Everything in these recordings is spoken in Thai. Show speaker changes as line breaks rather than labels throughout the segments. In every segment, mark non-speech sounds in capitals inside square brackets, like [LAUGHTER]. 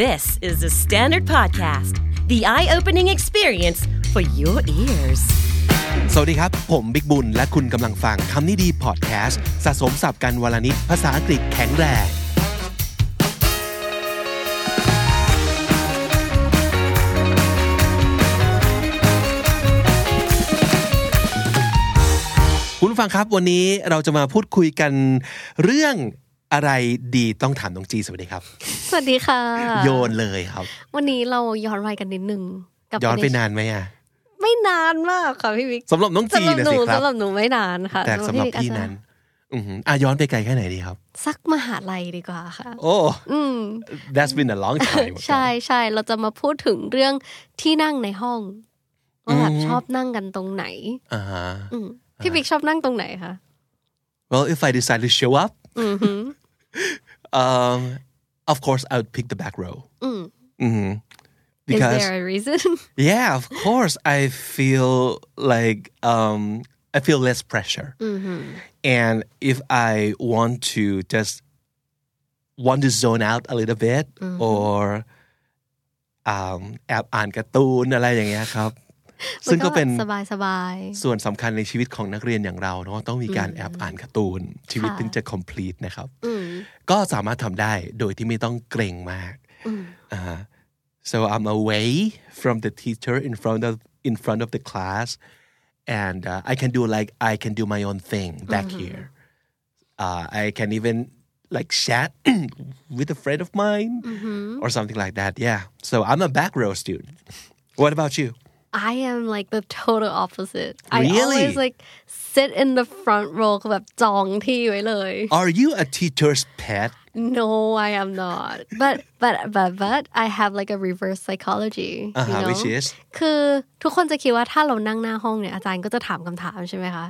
This is the Standard Podcast, the eye opening experience for your ears.
สวัสดีครับ ผมบิ๊กบุญ และคุณกำลังฟังคำนี้ดีพอดแคสต์สะสมสับกันวลนิดภาษาอังกฤษแข็งแรง คุณผู้ฟังครับวันนี้เราจะมาพูดคุยกันเรื่องอะไรดีต้องถามน้องจีสวัสดีครับ
สวัสดีค่ะ
โยนเลยครับ
วันนี้เราย้อนวัยกันนิดนึงกั
ย้อนไป
ระเด็
นานไหมอ่ะ
ไม่นานมากค่ะพี่วิก
สำหรับน้องจี
สำหรับ
นะ
หนู
สิครับ
สำหรับหนูไม่นานค่ะ
แต่สำหรับ
วิก
พี่
อาจจะ
นั้น อือหืออ่ะย้อนไปไกลแค่ไหนดีครับ
สักมหาลัยดีกว่าค่ะ
โอ้
อืม
that's been a long time
ใช่ใช่เราจะมาพูดถึงเรื่องที่นั่งในห้องว่าแบบ
อืม
ชอบนั่งกันตรงไหน
อ่าฮะ
อืมพี่วิกชอบนั่งตรงไหนคะ
well if I decide to show up
อือหือ
um of course I would pick the back row
อืม
Mhm.
Is
because
there a reason [LAUGHS]
yeah of course I feel like um I feel less pressure
อือหือ
and if I want to just want to zone out a little bit or um แอบอ่านการ์ตูนอะไรอย่างเงี้ยครับ
มั
ซึ่งก็เป็น
สบายสบาย
ส่วนสำคัญในชีวิตของนักเรียนอย่างเราเนาะต้องมีการแอบอ่านการ์ตูน ชีวิต
ค่ะ
ถึงจะ complete นะครับ
อืม
ก็สามารถทำได้โดยที่ไม่ต้องเกรงมาก
อืม
อ่าฮะ so I'm away from the teacher in front of in front of the class and uh, I can do like I can do my own thing back here uh, I can even like chat [CLEARS THROAT] with a friend of mine or something like that yeah so I'm a back row student what about you
I am like the total opposite. I
Really?
always like sit in the front row แบบจองที่ไว้เลย
are you a teacher's pet
No, I am not. But but but but I have like a reverse psychology.
Uh-huh,
you know?
which is?
คือทุกคนจะคิดว่าถ้าเรานั่งหน้าห้องเนี่ยอาจารย์ก็จะถามคำถามใช่ไหมคะ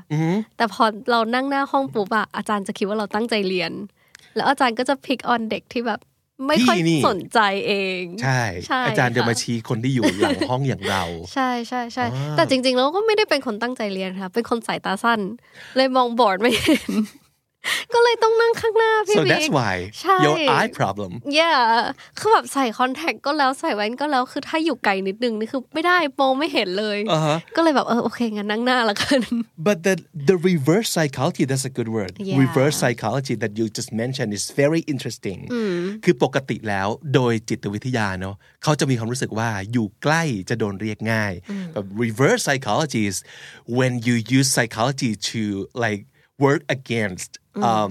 แต่พอเรานั่งหน้าห้องปุ๊บอะอาจารย์จะคิดว่าเราตั้งใจเรียน แล้วอาจารย์ก็จะ pick on เด็กที่แบบ ไม่ค่อย
พี่นี่
สนใจเอง
ใช่ อาจารย์จะ
ค่
มาชี้คนที่อยู่หลังห้องอย่างเรา
ใช่ใช่ใช่แต่จริงๆแล้วก็ไม่ได้เป็นคนตั้งใจเรียนค่ะ เป็นคนสายตาสั้น เลยมองบอร์ดไม่เห็น [LAUGHS] ก็เลยต้องนั่งข้างหน้า [LAUGHS] พี่
so
บิ๊
that's
ก
why
ใช่
your eye problem
yeah คือแบบใส่คอนแทคก็แล้วใส่แว่นก็แล้วคือถ้าอยู่ไกลนิดนึงนี่คือไม่ได้มองไม่เห็นเลย
อ่าฮะ
ก็เลยแบบเออโอเคงั้นนั่งหน้าละกัน [LAUGHS]
but the the reverse psychology that's a good word
Yeah.
reverse psychology that you just mentioned is very interesting คือปกติแล้วโดยจิตวิทยาเนอะเขาจะมีความรู้สึกว่าอยู่ใกล้จะโดนเรียกง่ายแบบ reverse psychology is when you use psychology to like work against um,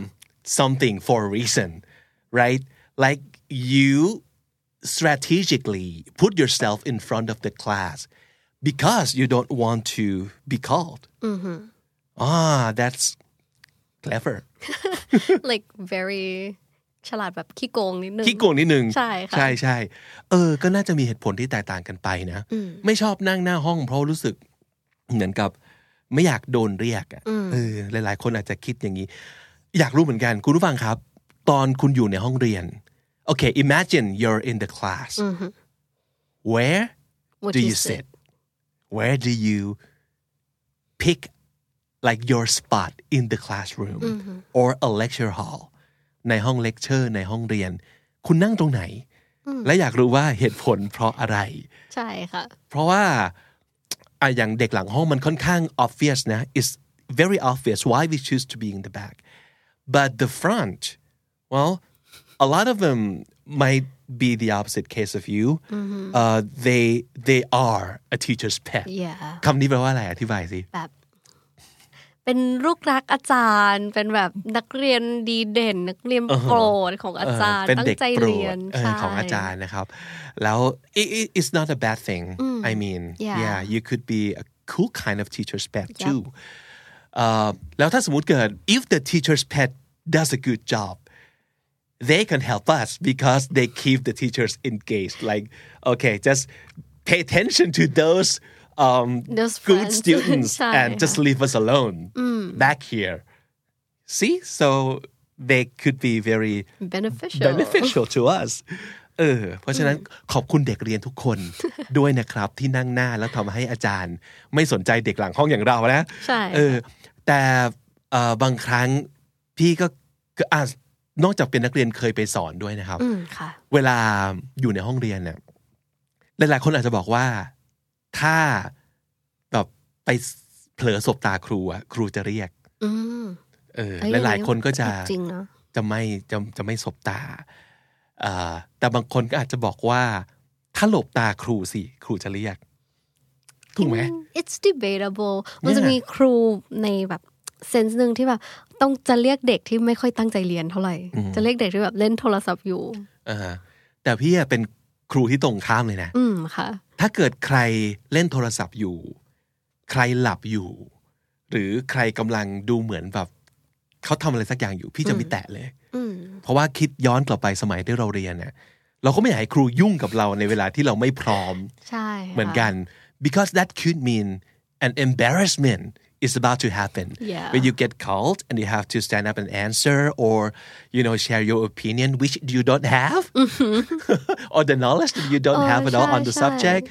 something for a reason right like you strategically put yourself in front of the class because you don't want to be called. Ah, that's clever.
like very ฉลาดแบบขี้โกงนิดนึง
ขี้โกงนิดนึง
ใช่ค่ะ
ใช่ใช่เออ ก็น่าจะมีเหตุผลที่แตกต่างกันไปนะ ไม่ชอบนั่งหน้าห้องเพราะรู้สึก เหมือนกับ ไม่อยากโดนเรียกอะเออ หลาย ๆ คนอาจจะคิดอย่างนี้ อยากรู้เหมือนกัน คุณผู้ฟังครับ ตอนคุณอยู่ในห้องเรียน โอเค imagine you're in the class where
What
do
is
you
it?
sit? Where do you pick like your spot in the classroom or a lecture hall ในห้องเลคเชอร์ในห้องเรียน คุณนั่งตรงไหน และอยากรู้ว่าเหตุผลเพราะอะไร
ใช่ค่ะ
เพราะว่าอ่ะอย่างเด็กหลังห้องมันค่อนข้าง obvious นะ it's very obvious why we choose to be in the back but the front well a lot of them might be the opposite case of you uh, they they are a teacher's pet
yeah
คำนี้แปลว่าอะไรอธิบายสิ
แบบเป็นลูกรักอาจารย์ เป็นแบบนักเรียนดีเด่น นักเรียนโปรดของอาจารย์
เเป็น
ตั้ง
เด็ก
ใจ
โปร
เรีย
ด
น
เออ
ใช่
ของอาจารย์นะครับ แล้ว it, it- it's not a bad thing I mean
Mm. Yeah.
yeah you could be a cool kind of teacher's pet too เอ่อแล้วถ้าสมมติเกิด if the teacher's pet does a good job they can help us because they keep the teachers engaged like okay just pay attention to those um
Those
good
friends. [LAUGHS] Mm.
students
ใช่
and just leave us alone back here see so they could be very
beneficial
beneficial to us เออ เพราะฉะนั้นขอบคุณเด็กเรียนทุกคน [LAUGHS] ด้วยนะครับที่นั่งหน้าแล้วทำให้อาจารย์ ไม่สนใจเด็กหลังห้องอย่างเรานะ
ใช่
เออ แต่เอ่อบางครั้งพี่ก็ก็อ่ะ นอกจากเป็นนักเรียนเคยไปสอนด้วยนะครับ
อืมค่ะ
เวลาอยู่ในห้องเรียนเนี่ยหลาย ๆ คนอาจจะบอกว่าถ้าแบบไปเผลอสบตาครูอะครูจะเรียก
อืม
เออ
เอ้
หลาย ๆ คนก็จะ
จริงเนาะ
จะไม่จะจะไม่สบตาเอ่อแต่บางคนก็อาจจะบอกว่า ถ้าหลบตาครูสิ ครูจะเรียก ถูกไหม
อื it's debatable มันจะมีครูในแบบเซนส์หนึ่งที่แบบต้องจะเรียกเด็กที่ไม่ค่อยตั้งใจเรียนเท่าไหร่
อืม
จะเรียกเด็กที่แบบเล่นโทรศัพท์อยู่
เออแต่พี่อะเป็นครูที่ตรงข้ามเลยนะ
อืมค่ะ
ถ้าเกิดใครเล่นโทรศัพท์อยู่ ใครหลับอยู่ หรือใครกำลังดูเหมือนแบบเขาทำอะไรสักอย่างอยู่ พี่จะไม่แตะเลย
อืม
เพราะว่าคิดย้อนกลับไปสมัยที่เราเรียนเนี่ยเราก็ไม่อยากให้ครูยุ่งกับเราในเวลาที่เราไม่พร้อม
ใช่ค่ะ
เหมือนกัน because that could mean an embarrassment is about to happen
Yeah.
when you get called and you have to stand up and answer or you know share your opinion which you don't have or the knowledge that you don't
Oh,
have at all
shy,
on the
shy.
subject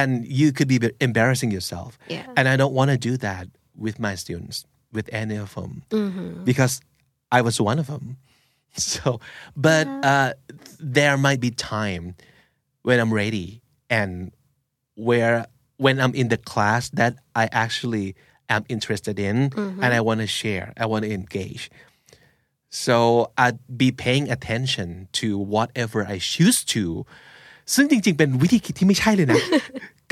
and you could be embarrassing yourself
Yeah.
and I don't want to do that with my students with any of them
Mm-hmm.
because I was one of them [LAUGHS] so but uh, there might be time when I'm ready and where when I'm in the class that I actually am interested in
Mm-hmm.
and I want to share, I want to engage. So I'd be paying attention to whatever I choose to ซึ่งจริง ๆ เป็นวิธีคิดที่ไม่ใช่เลยนะ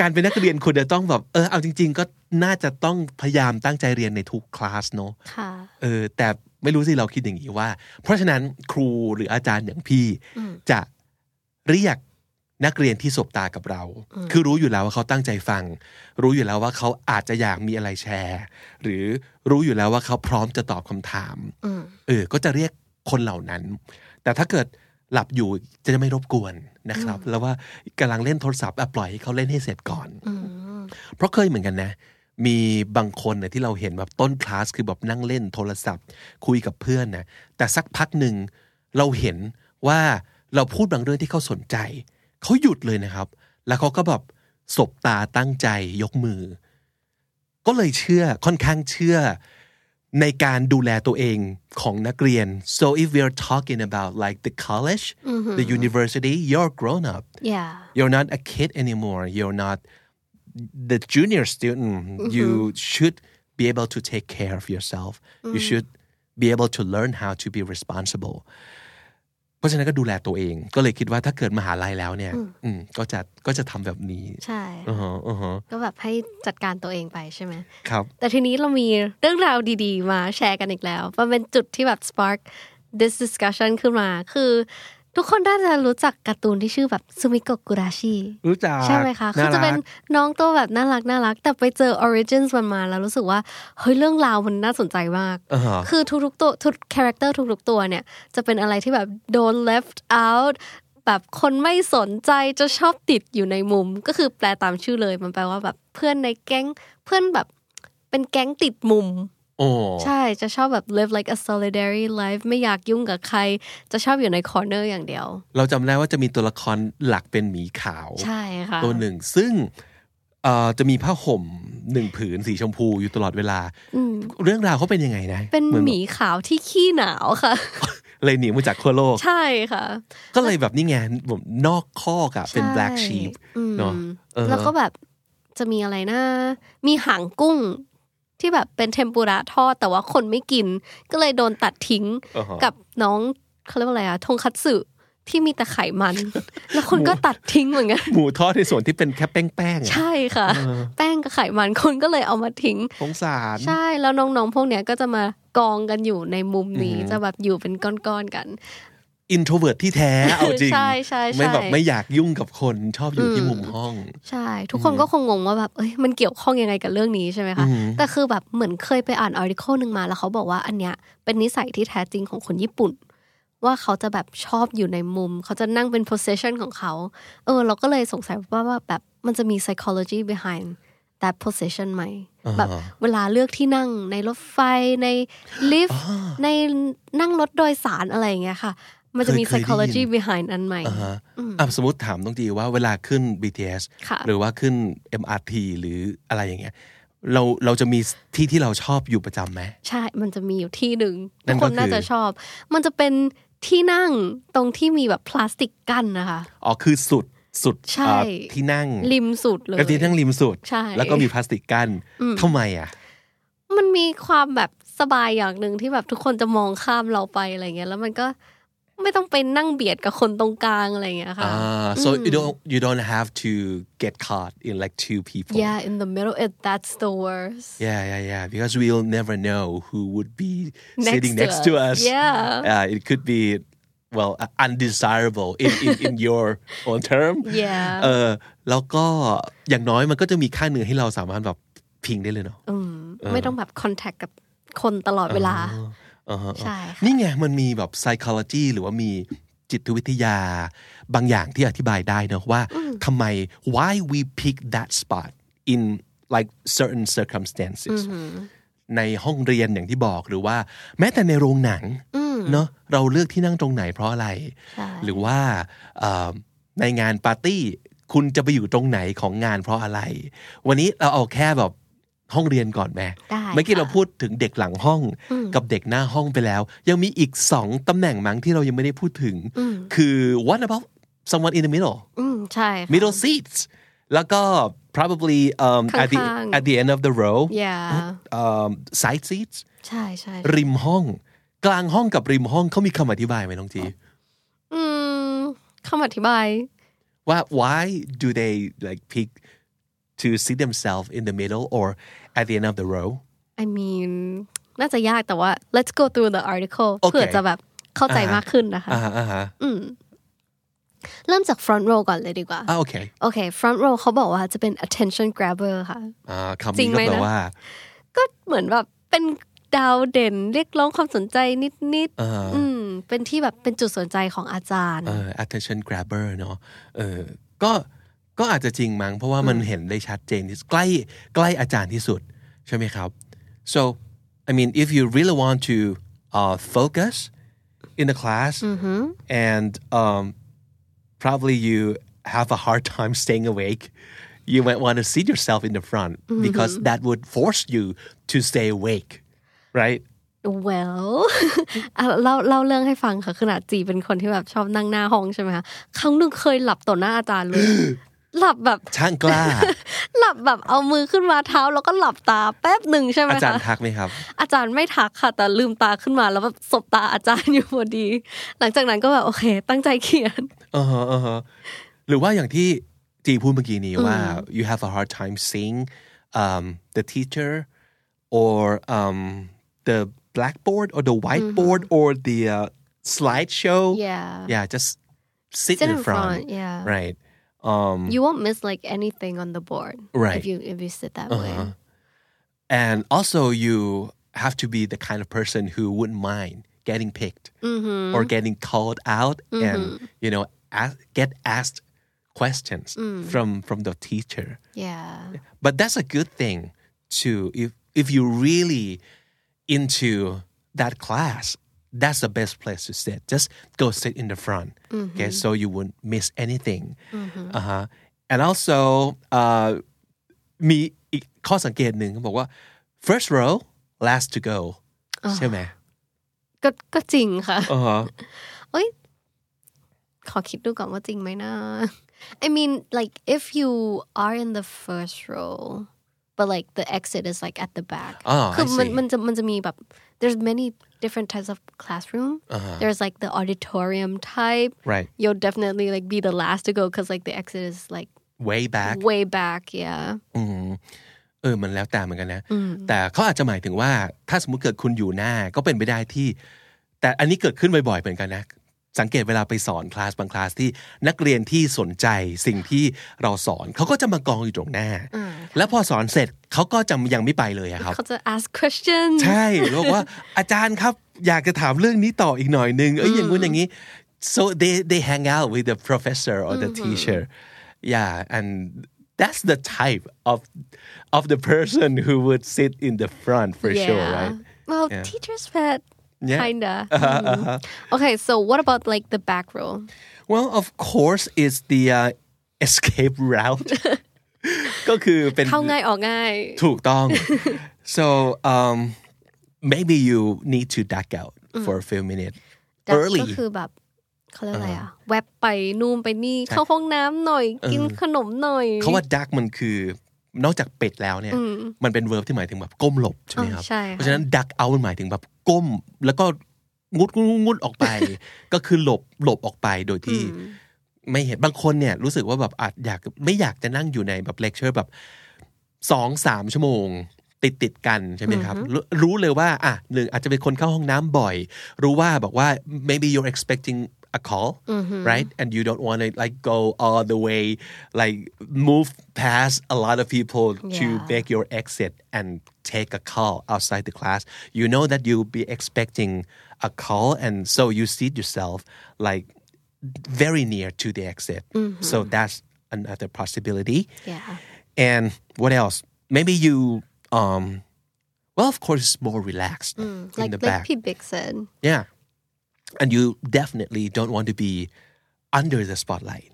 การเป็นนักเรียนคุณจะต้องแบบเออเอาจริง ๆ ก็น่าจะต้องพยายามตั้งใจเรียนในทุกคลาสเนอะ
ค่ะ
เออแต่ไม่รู้สิเราคิดอย่างนี้ว่า เพราะฉะนั้นครูหรืออาจารย์อย่างพี่จะเรียกนักเรียนที่สบตากับเรา คือรู้อยู่แล้วว่าเขาตั้งใจฟัง รู้อยู่แล้วว่าเขาอาจจะอยากมีอะไรแชร์ หรือรู้อยู่แล้วว่าเขาพร้อมจะตอบคำถาม
อืม
เออก็จะเรียกคนเหล่านั้น แต่ถ้าเกิดหลับอยู่จะไม่รบกวนนะครับ แล้วว่ากำลังเล่นโทรศัพท์อ่ะปล่อยให้เขาเล่นให้เสร็จก่อน
อืม
เพราะเคยเหมือนกันนะ มีบางคนเนี่ยที่เราเห็นแบบต้นคลาสคือแบบนั่งเล่นโทรศัพท์ คุยกับเพื่อนนะแต่สักพักหนึ่งเราเห็นว่าเราพูดบางเรื่องที่เขาสนใจ เขาหยุดเลยนะครับ แล้วเขาก็แบบสบตาตั้งใจยกมือ ก็เลยเชื่อค่อนข้างเชื่อในการดูแลตัวเองของนักเรียน so if we're talking about like the college the university you're grown up
yeah
you're not a kid anymore you're not the junior student you should be able to take care of yourself you should be able to learn how to be responsible เพราะฉะนั้นก็ดูแลตัวเอง ก็เลยคิดว่าถ้าเกิดมหาลัยแล้วเนี่ย อืมก็จะก็จะทำแบบนี้
ใช่
อือฮะอือฮะ
ก็แบบให้จัดการตัวเองไปใช่ไหม
ครับ
แต่ทีนี้เรามีเรื่องราวดีๆ มาแชร์กันอีกแล้วมันเป็นจุดที่แบบ spark this discussion ขึ้นมา คือ ทุกคนน่าจะรู้จักการ์ตูนที่ชื่อแบบซูมิโกะกุราชิ
รู้จัก
ใช่ไหมคะคือจะเป็นน้องตัวแบบน่ารักน่ารัก แต่ไปเจอ origins มันมาแล้วรู้สึกว่า เฮ้ย เรื่องราวมันน่าสนใจมาก
อ่าฮะ
คือทุกๆตัวทุกคาแรคเตอร์ทุกๆตัวเนี่ย จะเป็นอะไรที่แบบโดน left out แบบคนไม่สนใจจะชอบติดอยู่ในมุม ก็คือแปลตามชื่อเลย มันแปลว่าแบบเพื่อนในแก๊ง เพื่อนแบบเป็นแก๊งติดมุม
โอ้
ใช่จะชอบแบบ live like a solitary life ไม่อยากยุ่งกับใคร จะชอบอยู่ใน corner อย่างเดียว
เราจำได้ว่าจะมีตัวละครหลักเป็นหมีขาว
ใช่ค่ะ
ตัวหนึ่งซึ่งเอ่อจะมีผ้าห่มหนึ่งผืนสีชมพูอยู่ตลอดเวลา เรื่องราวเขาเป็นยังไงนะ
เป็น
อ
หมีขาวที่ขี้หนาวค่ะ
เลยหนีมาจากขั้วโลก
ใช่ค่ะ
ก็เลยแบบนี่ไงผมนอกคอกอะเป็น
ใช่
black sheep
อืม
เนอะเออ
แล้วก็แบบจะมีอะไรนะ มีหางกุ้งที่แบบเป็นเทมปุระทอดแต่ว่าคนไม่กิน ก็เลยโดนตัดทิ้ง
อ่าฮะ
กับน้องเขาเรียกว่าอะไรอะทงคัตสึที่มีแต่ไขมัน แล้วคนก็ตัดทิ้งเหมือนกัน
หมูทอดในส่วนที่เป็นแค่แป้งๆอะ
ใช่ค่ะ แป้งกับไขมันคนก็เลยเอามาทิ้ง
สงสาร
ใช่แล้วน้องๆพวกเนี้ยก็จะมากองกันอยู่ในมุมนี้จะแบบอยู่เป็นก้อนๆกัน
อินโทรเวิร์ที่แท้เอาจริง
ใช่ใช่ใช่
ไม่แบบไม่อยากยุ่งกับคนชอบอยู่ที่มุมห้อง
ใช่ ทุกคนก็คงงงว่าแบบเอ้ยมันเกี่ยวข้องยังไงกับเรื่องนี้ใช่ไหมคะแต่คือแบบเหมือนเคยไปอ่านอาร์ติเคิลหนึ่งมาแล้วเขาบอกว่าอันเนี้ยเป็นนิสัยที่แท้จริงของคนญี่ปุ่น ว่าเขาจะแบบชอบอยู่ในมุม เขาจะนั่งเป็น possession ของเขา เออ เราก็เลยสงสัยว่าว่าแบบมันจะมี psychology behind that possession ไหม
อ่าฮะ
แบบเวลาเลือกที่นั่งในรถไฟในลิฟต์ในนั่งรถโดยสารอะไรอย่างเงี้ยค่ะ มันจะมี psychology behind อันใหม่
อ่าฮะอ่ะสมมติถามต้องจีว่าเวลาขึ้น BTS
ค่ะ
หรือว่าขึ้น MRT หรืออะไรอย่างเงี้ยเราเราจะมีที่ที่เราชอบอยู่ประจำไหม
ใช่ มันจะมีอยู่ที่หนึ่ง
นั่
ทุ
น
ก
ก็
คนน่า
คือ
จะชอบ มันจะเป็น ที่นั่งตรงที่มีแบบพลาสติกกั้นนะคะ
อ๋อคือสุดสุด
ใช่
อ่าที่นั่ง
ริมสุดเลย
ก็ที่นั่งริมสุด
ใช่
แล้วก็มีพลาสติกกั้นทำไมอ่ะ
มันมีความแบบสบายอย่างหนึ่งที่แบบทุกคนจะมองข้ามเราไปอะไรเงี้ย แล้วมันก็ไม่ต้องไปนั่งเบียดกับคนตรงกลางอะไรเงี้ยค่ะ
Ah, so you don't you don't have to get caught in like two people.
yeah in the middle it that's the worst
yeah, yeah, yeah. Because we'll never know who would be
Next
sitting
to
next to
us.
us.
Yeah.
Uh, it could be well uh, undesirable in, in, in your own term.
yeah
เออแล้วก็อย่างน้อยมันก็จะมีค่าเนื้อให้เราสามารถแบบพิงได้เลยเนาะ
อืมไม่ต้องแบบ contact กับคนตลอดเวลา
อ่าฮะ
ใช่ค่ะ
นี่ไงมันมีแบบ psychology หรือว่ามีจิตวิทยา บางอย่างที่อธิบายได้เนอะว่าทำไม why we pick that spot in like certain circumstances ในห้องเรียนอย่างที่บอกหรือว่า แม้แต่ในโรงหนังเนอะเราเลือกที่นั่งตรงไหนเพราะอะไร
ใช่
หรือว่าเอ่อในงานปาร์ตี้ คุณจะไปอยู่ตรงไหนของงานเพราะอะไร วันนี้เราเอาแค่แบบห้องเรียนก่อนแม่
ได้
เมื่อกี้
ค่ะ
เราพูดถึงเด็กหลังห้องกับเด็กหน้าห้องไปแล้ว ยังมีอีกสองตำแหน่งมั้งที่เรายังไม่ได้พูดถึง คือ what about someone in the middle
อืมใช่ค่ะ
middle seats แล้วก็ probably um, at the
ข้างๆ
at the end of the row
yeah
um, side seats
ใช่ใช่
ริมห้อง กลางห้องกับริมห้องเขามีคำอธิบายไหมน้องจี
อืมคำอธิบาย
ว่า why do they like pick to see themselves in the middle or at the end of the row
I mean น่าจะยากแต่ว่า let's go through the article
โอเค
เพื่อจะแบบเข้าใจมากขึ้นนะคะ
อ่าฮะอ่าฮะ
อืม เริ่มจาก front row ก่อนเลยดีกว่า
อ่าโอเค
โอเค front row เขาบอกว่าจะเป็น attention grabber ค่ะ
อ่าคำ
จริ
นี้
ง
ก็
ไหม
แปล
นะ
ว่า
ก็เหมือนแบบเป็นดาวเด่นเรียกร้องความสนใจนิด
เอ่อ
ๆอืม เป็นที่แบบเป็นจุดสนใจของอาจารย์
เอ่อ attention grabber เนาะเออก็ก็อาจจะจริงมั้งเพราะว่ามันเห็นได้ชัดเจนที่สุดใกล้ใกล้อาจารย์ที่สุด ใช่ไหมครับ so I mean if you really want to uh, focus in the class and um, probably you have a hard time staying awake, you might want to seat yourself in the front because that would force you to stay awake, right?
well [LAUGHS] อ่ะเล่าเล่าเรื่องให้ฟังค่ะขนาดจีเป็นคนที่แบบชอบนั่งหน้าห้องใช่ไหมคะครั้งหนึ่งเคยหลับต่อหน้าอาจารย์เลย
[GASPS]
หลับแบบ
ช่างก [LAUGHS] ล้า
หลับแบบเอามือขึ้นมาเท้า แล้วก็หลับตาแป๊บหนึ่งใช่ไหม
อาจาร
คะ
ย์ทักไหมครับ
อาจารย์ไม่ทักค่ะ แต่ลืมตาขึ้นมาแล้วแบบสบตาอาจารย์อยู่พอดี [LAUGHS] หลังจากนั้นก็แบบโอเค ตั้งใจเขียน
อ่าฮะอ่าฮะ Uh-huh, หรือว่าอย่างที่จีพูดเมื่อกี้นี้ว่า you have a hard time seeing um, the teacher or um, the blackboard or the whiteboard or the uh, slideshow
yeah
yeah just sit
Sit
in
in
the front,
front, yeah.
right um,
you won't miss like anything on the board
Right.
if you if you sit that way
and also you have to be the kind of person who wouldn't mind getting picked or getting called out and you know ask, get asked questions from from the teacher
yeah
but that's a good thing too if if you're really into that class that's the best place to sit just go sit in the front okay so you won't miss anything uh-huh. and also uh มีอีกข้อสังเกตหนึ่งเขาบอกว่า first row last to go ใช่ไหม
ก็ก็จริงค่ะ
อ่าฮะ
ขอคิดดูก่อนว่าจริงไหมนะ [LAUGHS] I mean like if you are in the first row but like the exit is like at the back
อ๋อ Oh, Ah, I
[LAUGHS] คือมัน
see
มันจะมันจะมีแบบ there's many different types of classroom
Uh-huh.
there's like the auditorium type
right
you'll definitely like be the last to go because like the exit is like
way back
way back yeah
อืมเออ มันแล้วแต่เหมือนกันนะ แต่เขาอาจจะหมายถึงว่า ถ้าสมมติเกิดคุณอยู่หน้าก็เป็นไปได้ที่ แต่อันนี้เกิดขึ้นบ่อยๆเหมือนกันนะ สังเกตเวลาไปสอนคลาสบางคลาสที่นักเรียนที่สนใจสิ่งที่เราสอนเขาก็จะมากองอยู่ตรงหน้า แล้วพอสอนเสร็จเขาก็จะยังไม่ไปเลยอะครับ
เขาจะ ask questions
ใช่แล้วบอกว่า อาจารย์ครับอยากจะถามเรื่องนี้ต่ออีกหน่อยนึงเอ้ยอย่างงู้นอย่างนี้ so they they hang out with the professor or the teacher yeah and that's the type of of the person who would sit in the front for sure
Yeah.
right
well
Yeah.
teacher's pet
Yeah. [LAUGHS] Uh-huh,
kinda Mm. okay so what about like the back row
well of course it's the uh, escape route ก็คือเป็น
เข้าง่ายออกง่าย
ถูกต้อง so um, maybe you need to duck out for a few minutes
ดับ
Early Uh-huh.
ก็คือแบบเขาเรียกอะไรอะแวบไปนู่นไปนี่เข้าห้องน้ำหน่อย กินขนมหน่อย
เขาว่า duck มันคือนอกจากเป็ดแล้วเนี่ย
อืม
มันเป็น verb ที่หมายถึงแบบก้มหลบใช่ไหมครับ
อ่าใช่ค่ะ
เพราะฉะนั้น duck out มันหมายถึงแบบก้ม แล้วก็งุดงุดงุดงุดออก
[LAUGHS]
ไป ก็คือหลบหลบออกไปโดยที่ ไม่เห็นบางคนเนี่ยรู้สึกว่าแบบอาจอยากไม่อยากจะนั่งอยู่ในแบบเลคเชอร์แบบสองสามชั่วโมง ติดติดๆกันใช่ไหมครับรรู้เลยว่าอ่ะหนึ่งอาจจะเป็นคนเข้าห้องน้ำบ่อย รู้ว่าบอกว่า maybe you're expecting a call right and you don't want to like go all the way like move past a lot of people to
Yeah.
make your exit and take a call outside the class you know that you'll be expecting a call and so you seat yourself like very near to the exit. So that's another possibility.
yeah
And what else? Maybe you, um, well, of course, it's more relaxed in
Mm, like
the
like
back.
P Big said
yeah. And you definitely don't want to be under the spotlight.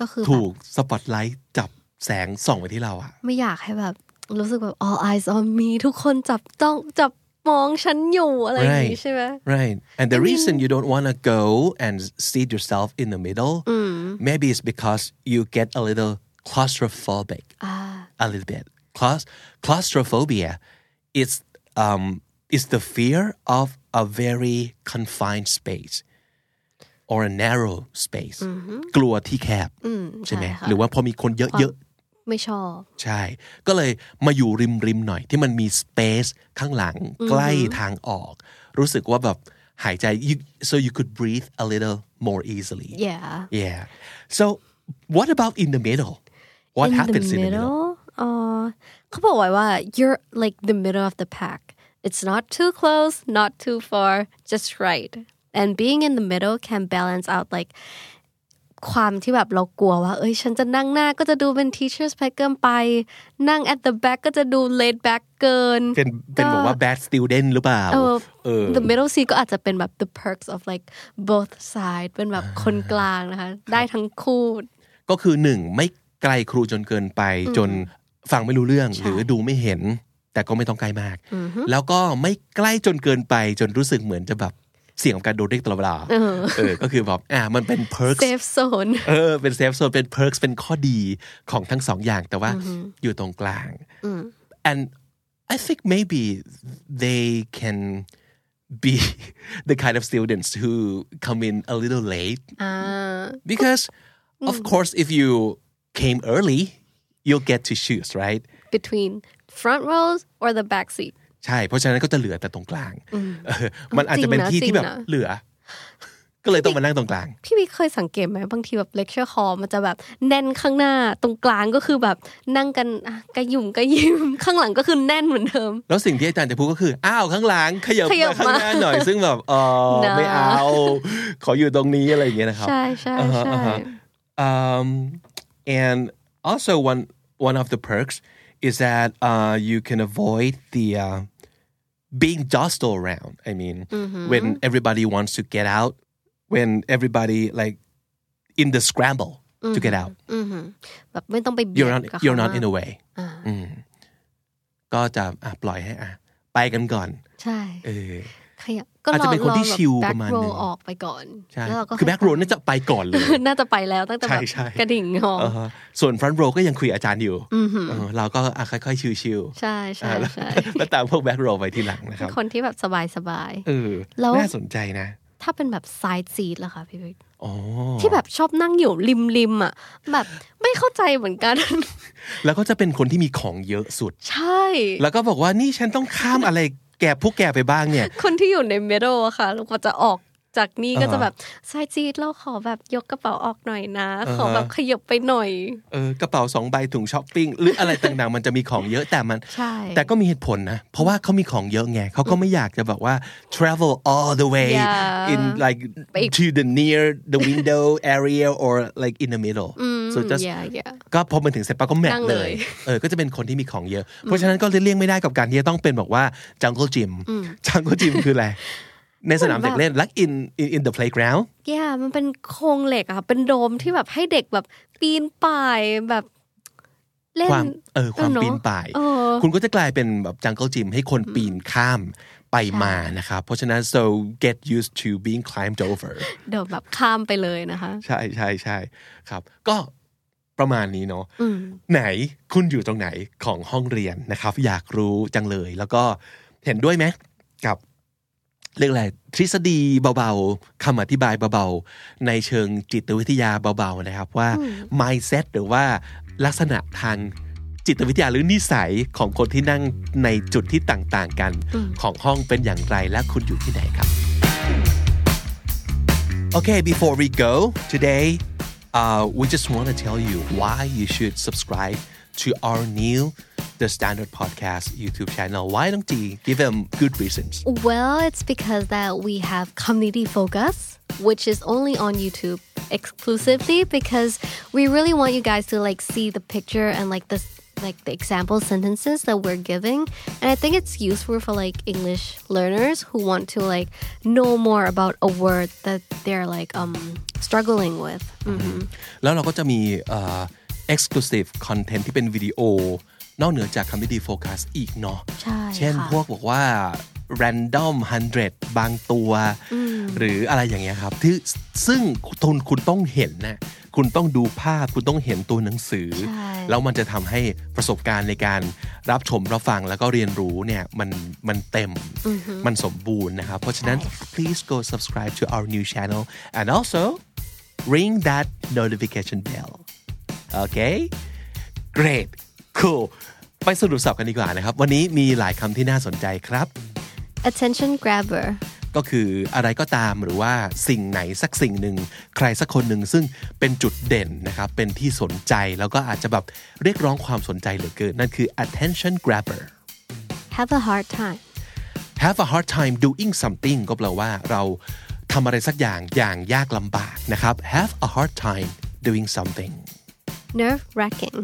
ก็คือแบบ
ถูก spotlight จับแสงส่องไว้ที่เราอะ
ไม่อยากให้แบบ รู้สึกแบบ all eyes on me ทุกคนจับต้องจับมองฉันอยู่อะไรอย่างงี้
Right.
ใช่ไหม
Right. And the reason you don't want to go and seat yourself in the middle, maybe it's because you get a little claustrophobic. A little bit. Claus- claustrophobia is um is the fear of a very confined space or a narrow space. กลัวที่แคบใช่ไหมหรือว่าพอมีคนเยอะๆ
ไม่ชอบ
ใช่ ก็เลยมาอยู่ริมริมหน่อยที่มันมี space ข้างหลังใกล้ทางออก รู้สึกว่าแบบหายใจ you- so you could breathe a little more easily
yeah
yeah so what about in the middle what
in
happens
the
in the middle
middle อ๋อเขาบอกไว้ว่า you're like the middle of the pack it's not too close not too far just right and being in the middle can balance out like ความที่แบบเรากลัวว่า เอ้ย ฉันจะนั่งหน้าก็จะดูเป็น teacher's pet เกินไป นั่ง at the back ก็จะดู laid back เกิน
เป็นเป็นบอกว่า bad student หรือเปล่า
เออ
เออ
the middle seat ก็อาจจะเป็นแบบ the perks of like both side เป็นแบบคนกลางนะคะ ได้ทั้งคู่
ก็คือหนึ่งไม่ไกลครูจนเกินไป จนฟังไม่รู้เรื่อง หรือดูไม่เห็น แต่ก็ไม่ต้องใกล้มาก แล้วก็ไม่ใกล้จนเกินไป จนรู้สึกเหมือนจะแบบเสี่ยงกับการโดนเรียกตลอดเวลาเออก็คือแบบอ่ะมันเป็น perks
safe zone
เออเป็นเซฟโซนเป็นเพิร์กเป็นข้อดีของทั้งสองอย่างแต่ว่าอยู่ตรงกลาง and I think maybe they can be [LAUGHS] the kind of students who come in a little late
อ่า
because of course if you came early you'll get to choose right
between front rows or the back seat
ใช่ เพราะฉะนั้นก็จะเหลือแต่ตรงกลางเออมันอาจจะเป็นที่
จริงนะ
ที่แบบ
จริงนะ
เหลือ ก็เลยต้องมานั่งตรงกลาง
พี่บิ๊กเคยสังเกตไหมบางทีแบบ lecture hall มันจะแบบแน่นข้างหน้าตรงกลางก็คือแบบนั่งกันอ่ะกระหยุ่มกระยิม [LAUGHS] ข้างหลังก็คือแน่นเหมือนเดิม
แล้วสิ่งที่อาจารย์จะพูดก็คือ อ้าวข้างหลังขยับ
[LAUGHS] ขยับ
มาข้างหน้าหน่อย ซึ่งแบบเออ
นะ
ไม่เอา ขออยู่ตรงนี้อะไรอย่างเงี้ยนะครับ
ใช่ใช่ใช่
um, and also one one of the perks is that uh, you can avoid the uh, being jostled around I mean
Mm-hmm.
when everybody wants to get out when everybody like in the scramble to get out
อือหือแบบไม่ต้องไปเบีย
you're
ด
not
กับ
you're
เขา
not
มาก
in a way Mm.
Uh.
uh, อืมก็จะอ่ะปล่อยให้อ่ะไปกันก่อน
[LAUGHS] ใช่
เออ
ขยับก็
อาจจะเป็นคนที่ชิลประมาณหนึ่ง
แบ็คโรออกไปก่อน
ใช่
แล้วเราก็
คือแบ็กโรนน่าจะไปก่อนเลย
[LAUGHS] น่าจะไปแล้วตั้งแต่แบบ
ใช่ใช่
กระดิ่งงอ
เออส่วนฟรอนต์โรก็ยังคุยอาจารย์อยู่เออเราก็อ่ะค่อยๆ ชิว
ใช่ใช่ใช่
ๆ แล้วตามพวกแบ็กโรไปทีหลังนะค
เป็
รับ
นคนที่แบบสบายสบาย
เออ
แล้ว
น่าสนใจนะ
ถ้าเป็นแบบ side seat ล่ะคะพี่บิ๊ก
อ๋อ
ที่แบบชอบนั่งอยู่ริมริมๆอ่ะ แบบไม่เข้าใจเหมือนกัน [LAUGHS]
แล้วก็จะเป็นคนที่มีของเยอะสุด
ใช่
แล้วก็บอกว่านี่ฉันต้องข้ามอะไรแก่พวกแก่ไปบ้างเนี่ย
คนที่อยู่ในเมโดอะค่ะแล้วก็จะออกจากนี่
อ่าฮะ
ก็จะแบบสายจีดเราขอแบบยกกระเป๋าออกหน่อยนะ ขอแบบขยบไปหน่อย
เออกระเป๋าสองใบถุงช้อปปิ้งหรืออะไรต่างๆ มันจะมีของเยอะแต่มัน
ใช่
แต่ก็มีเหตุผลนะ เพราะว่าเขามีของเยอะไงเขาก็ไม่อยากจะแบบว่า travel all the way
Yeah.
in like
ไปอีก
to the near the window area or like in the middle so just
อย่าอย่า
ก็พอมันถึงเสร็จปั๊บก็แมท
นั่ง
เล
เลย ย
เออ ก็จะเป็นคนที่มีของเยอะ เพราะฉะนั้นก็เลี่ยงไม่ได้กับการที่จะต้องเป็นบอกว่า jungle gym jungle gym คืออะไร ในสนามเด็กเล่น like in in in the playground
อย่ามันเป็นโครงเหล็กอะค่ะเป็นโดมที่แบบให้เด็กแบบปีนป่ายแบบเล่น
ความเออความ
ะ
ปีนป่าย
เออ
คุณก็จะกลายเป็นแบบ jungle gym ให้คนปีนข้าม ไปมานะครับเพราะฉะนั้น so get used to being climbed over
เดี๋ยวแบบข้ามไปเลยนะคะ
ใช่ใช่ใช่ครับ ก็ประมาณนี้เนาะ
อืม
ไหนคุณอยู่ตรงไหนของห้องเรียนนะครับ อยากรู้จังเลย แล้วก็เห็นด้วยไหมกับ เรื่องอะไรทฤษฎีเบาๆคำอธิบายเบาๆ ในเชิงจิตวิทยาเบาๆนะครับว่า mindset หรือว่าลักษณะทางจิตวิทยาหรือนิสัยของคนที่นั่งในจุดที่ต่างๆกัน ของห้องเป็นอย่างไรและคุณอยู่ที่ไหนครับ Okay, before we go today, uh, we just want to tell you why you should subscribe to our new The Standard Podcast YouTube channel. Why don't you give them good reasons?
Well, it's because that we have community focus, which is only on YouTube exclusively because we really want you guys to like see the picture and like the like the example sentences that we're giving. And I think it's useful for like English learners who want to like know more about a word that they're like um struggling with. Mm-hmm.
แล้วเราก็จะมีเอ่อ exclusive content ที่เป็นวิดีโอ นอกเหนือจากคำนิดีโฟกัสอีกเนาะ
ใช่
เช่น
ค่ะ
พวกบอกว่า random 100 บางตัว หรืออะไรอย่างเงี้ยครับที่ซึ่งทุนคุณต้องเห็นนะคุณต้องดูภาพคุณต้องเห็นตัวหนังสือ
ใช่
แล้วมันจะทำให้ประสบการณ์ในการรับชมรับฟังแล้วก็เรียนรู้เนี่ยมันมันเต็มมันสมบูรณ์นะครับ เพราะฉะนั้น please go subscribe to our new channel and also ring that notification bell okay great cool ไปสรุปสับกันดีกว่านะครับ วันนี้มีหลายคำที่น่าสนใจครับ
Attention grabber.
ก็คืออะไรก็ตามหรือว่าสิ่งไหนสักสิ่งหนึ่ง ใครสักคนหนึ่งซึ่งเป็นจุดเด่นนะครับ เป็นที่สนใจแล้วก็อาจจะแบบเรียกร้องความสนใจเหลือเกิน นั่นคือ attention grabber
Have a hard time.
have a hard time doing something ก็แปลว่าเราทำอะไรสักอย่างอย่างยากลำบากนะครับ have a hard time doing something
Nerve wracking.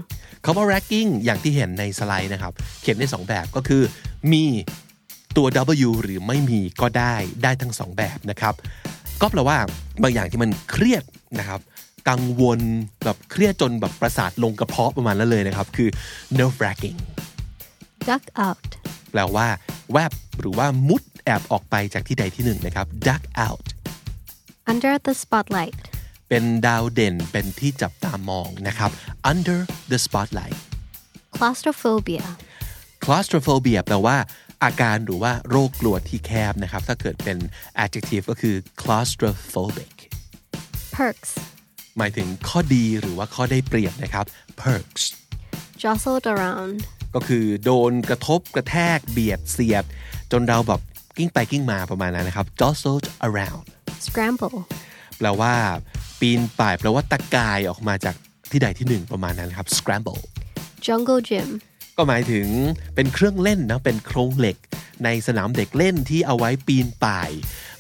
คำว่า racking อย่างที่เห็นในสไลด์นะครับ เขียนได้สองแบบก็คือ มีตัว W หรือไม่มีก็ได้ได้ทั้งสองแบบนะครับ ก็แปลว่าบางอย่างที่มันเครียดนะครับ กังวลแบบเครียดจนแบบประสาทลงกระเพาะประมาณนั้นเลยนะครับ คือ nerve wracking
Duck out.
แปลว่า แวบหรือว่ามุดแอบออกไปจากที่ใดที่หนึ่งนะครับ duck out
Under the spotlight.
เป็นดาวเด่นเป็นที่จับตามองนะครับ under the spotlight
Claustrophobia.
claustrophobia แปลว่าอาการหรือว่าโรคกลัวที่แคบนะครับ ถ้าเกิดเป็น adjective ก็คือ claustrophobic
Perks.
หมายถึงข้อดีหรือว่าข้อได้เปรียบนะครับ perks
Jostled around.
ก็คือโดนกระทบกระแทกเบียดเสียด จนเราแบบกิ้งไปกิ้งมาประมาณนั้นนะครับ jostled around
Scramble.
แปลว่า ปีนป่ายแปลว่าตะกายออกมาจากที่ใดที่หนึ่งประมาณนั้นครับ scramble
Jungle gym.
ก็หมายถึงเป็นเครื่องเล่นนะเป็นโครงเหล็ก ในสนามเด็กเล่นที่เอาไว้ปีนป่าย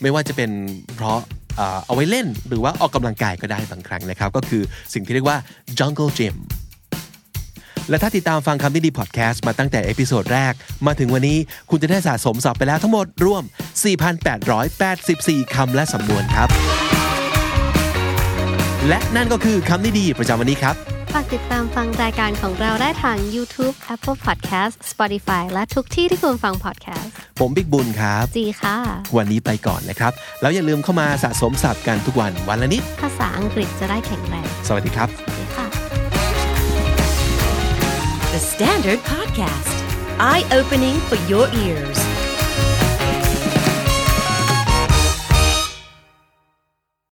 ไม่ว่าจะเป็นเพราะเอ่อเอาไว้เล่นหรือว่าออกกำลังกายก็ได้บางครั้งนะครับ ก็คือสิ่งที่เรียกว่า jungle gym และถ้าติดตามฟังคำนี้ดีพอดแคสต์มาตั้งแต่เอพิโซดแรก มาถึงวันนี้คุณจะได้สะสมศัพท์ไปแล้วทั้งหมดรวม 4,884 คำและสำนวนครับ และนั่นก็คือคำนี้ดีประจำวันนี้ครับ
ฝากติดตามฟังรายการของเราได้ทาง YouTube, Apple Podcast, Spotify และทุกที่ที่คุณฟัง podcast
ผมบิ๊กบุญครับ
จีค่ะ
วันนี้ไปก่อนนะครับ แล้วอย่าลืมเข้ามาสะสมศัพท์กันทุกวันวันละนิด
ภาษาอังกฤษจะได้แข็งแรง
สวัสดีครับ
ดีค่ะ
The Standard Podcast, eye opening for your ears.